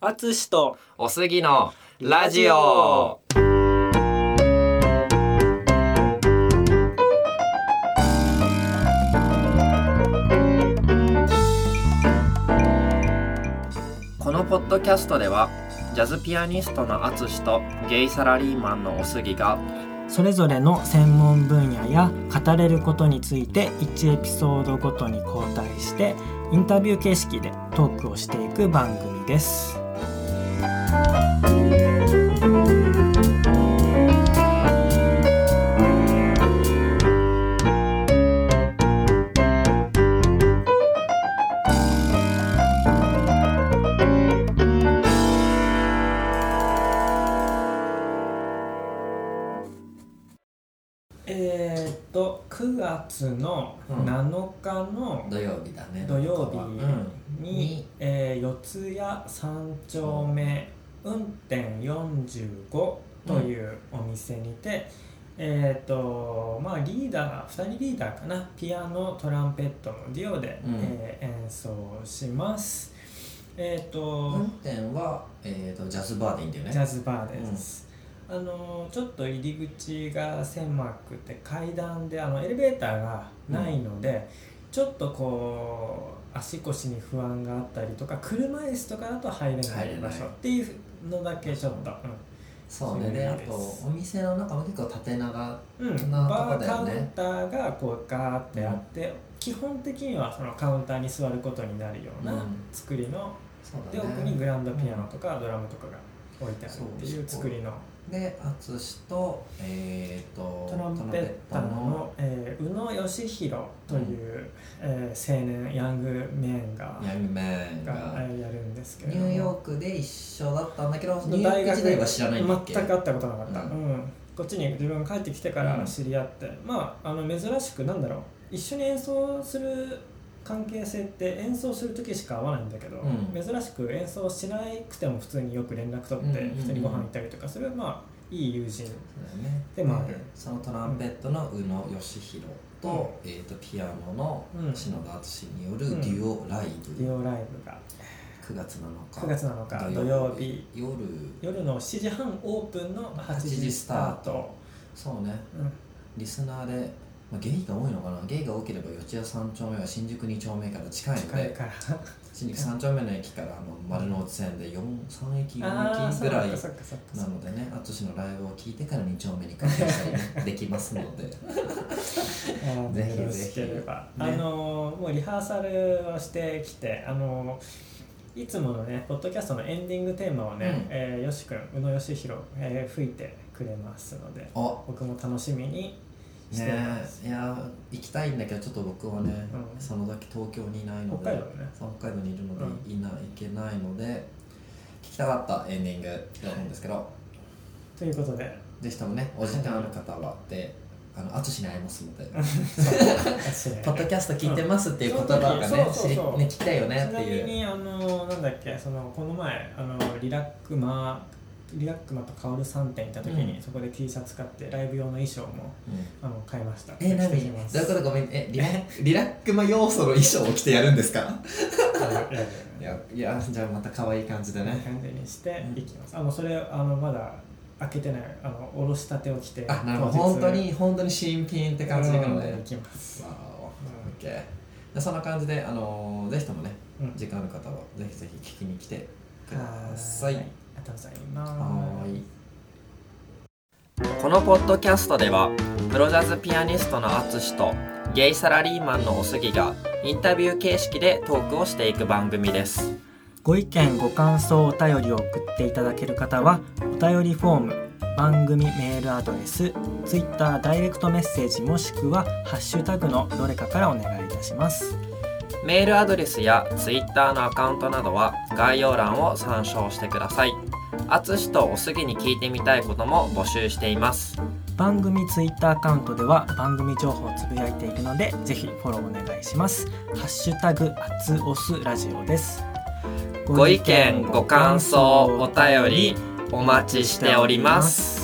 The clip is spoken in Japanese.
あつしとおすぎのラジオ。このポッドキャストではジャズピアニストのアツシとゲイサラリーマンのおすぎがそれぞれの専門分野や語れることについて1エピソードごとに交代してインタビュー形式でトークをしていく番組です。えー、っと9月の7日の、土曜日だね土曜日に、にえー四谷三丁目運転45というお店にて、えっ、とまあリーダー2人リーダーかなピアノトランペットのデュオで、うんえー演奏しますえっ、と、運転は、えー、とジャズバーでいいんだよねジャズバーです、あのちょっと入り口が狭くて階段であのエレベーターがないので、ちょっとこう足腰に不安があったりとか車椅子とかだと入れな入いれない場所っていうのだけちょっと、そうねそうでなあんですとお店の中も結構縦長うんうんそんなとバこーだカよウねンターがこうガーってあって、基本的にはそのカウンターに座ることになるようなうん作りの、そうでだ奥にねグランドピアノとかドラムとかが置いてあるっていう作りの。で淳とえっ、とトランペッターの、えー宇野義弘という、えー青年ヤングメンがトランペッターのヤングメンががえーやるんですけれニどもューヨークで一緒だったんだけどニューヨーク時代は知らないんだっけ全く会ったことなかった、ううんんこっちに自分が帰ってきてから知り合って、まああの珍しくなんだろう一緒に演奏する関係性って演奏する時しか会わないんだけど、うん珍しく演奏しなくても普通によく連絡取って、うんうんうん普通にご飯行ったりとかするまあいい友人そうだよねでまあでそのトランペットの宇野義弘と,、えー、とピアノのうん篠田淳によるデュオライブ、リオライブが9月7 9日月7日土曜日夜夜の7時半オープンの8 8時時ススタターートト、そうねうんリスナーで、まあ、ゲイが多いのかなゲイが多ければ四谷三丁目は新宿二丁目から近いの近いでから新宿三丁目の駅からあの丸の内線で3駅4あー駅そっぐらいかそっかそっかなのでね淳のライブを聞いてから二丁目に関係したりできますの であーぜひぜひよろしければ、ねあのーもうリハーサルをしてきてあのーいつものねポッドキャストのエンディングテーマをね、うんえーよし君宇野義弘、えー吹いてくれますのであ僕も楽しみにしていまねす、いや行きたいんだけどちょっと僕はね、うんその時東京にいないので北海道ねそう北海道にいるので、ういない行けないので聞きたかったエンディングだと思うんですけど、ということでぜひともねお時間ある方はであの淳に会えますの で私 ねポッドキャスト聞いてますっていう言葉がうねん知そりうそうそうね聞きたいよねちってなみいうにあのなんだっけそのこの前あのリラックマリラックマとカオル3店行った時に、うんそこで T シャツ買ってライブ用の衣装もうんあの買いましたえ何着てどうきいうまこすとごめんえリラリラックマ要素の衣装を着てやるんですかあいやいやいいややいやじゃあまた可愛い感じでこんなね感じにしていきます、あのそれあのまだ開けてないあのおろしたてを着てあなるほ当ど日本当に本当に新品って感じでいくので、うんいきますわお、オッケーでそんな感じで、あのーぜひともね、うん時間ある方はぜひぜひ聞きに来てください。はありがとうございますはーいこのポッドキャストではプロジャズピアニストの淳とゲイサラリーマンのおすぎがインタビュー形式でトークをしていく番組ですご意見ご感想お便りを送っていただける方はお便りフォーム番組メールアドレス Twitter ダイレクトメッセージもしくは「ハッシュタグのどれか」からお願いいたしますメールアドレスやツイッターのアカウントなどは概要欄を参照してください淳とおすぎに聞いてみたいことも募集しています番組 Twitter アカウントでは番組情報をつぶやいているのでぜひフォローお願いします「ハッシュタグあつおすラジオ」ですご意見ご感想お便りお待ちしております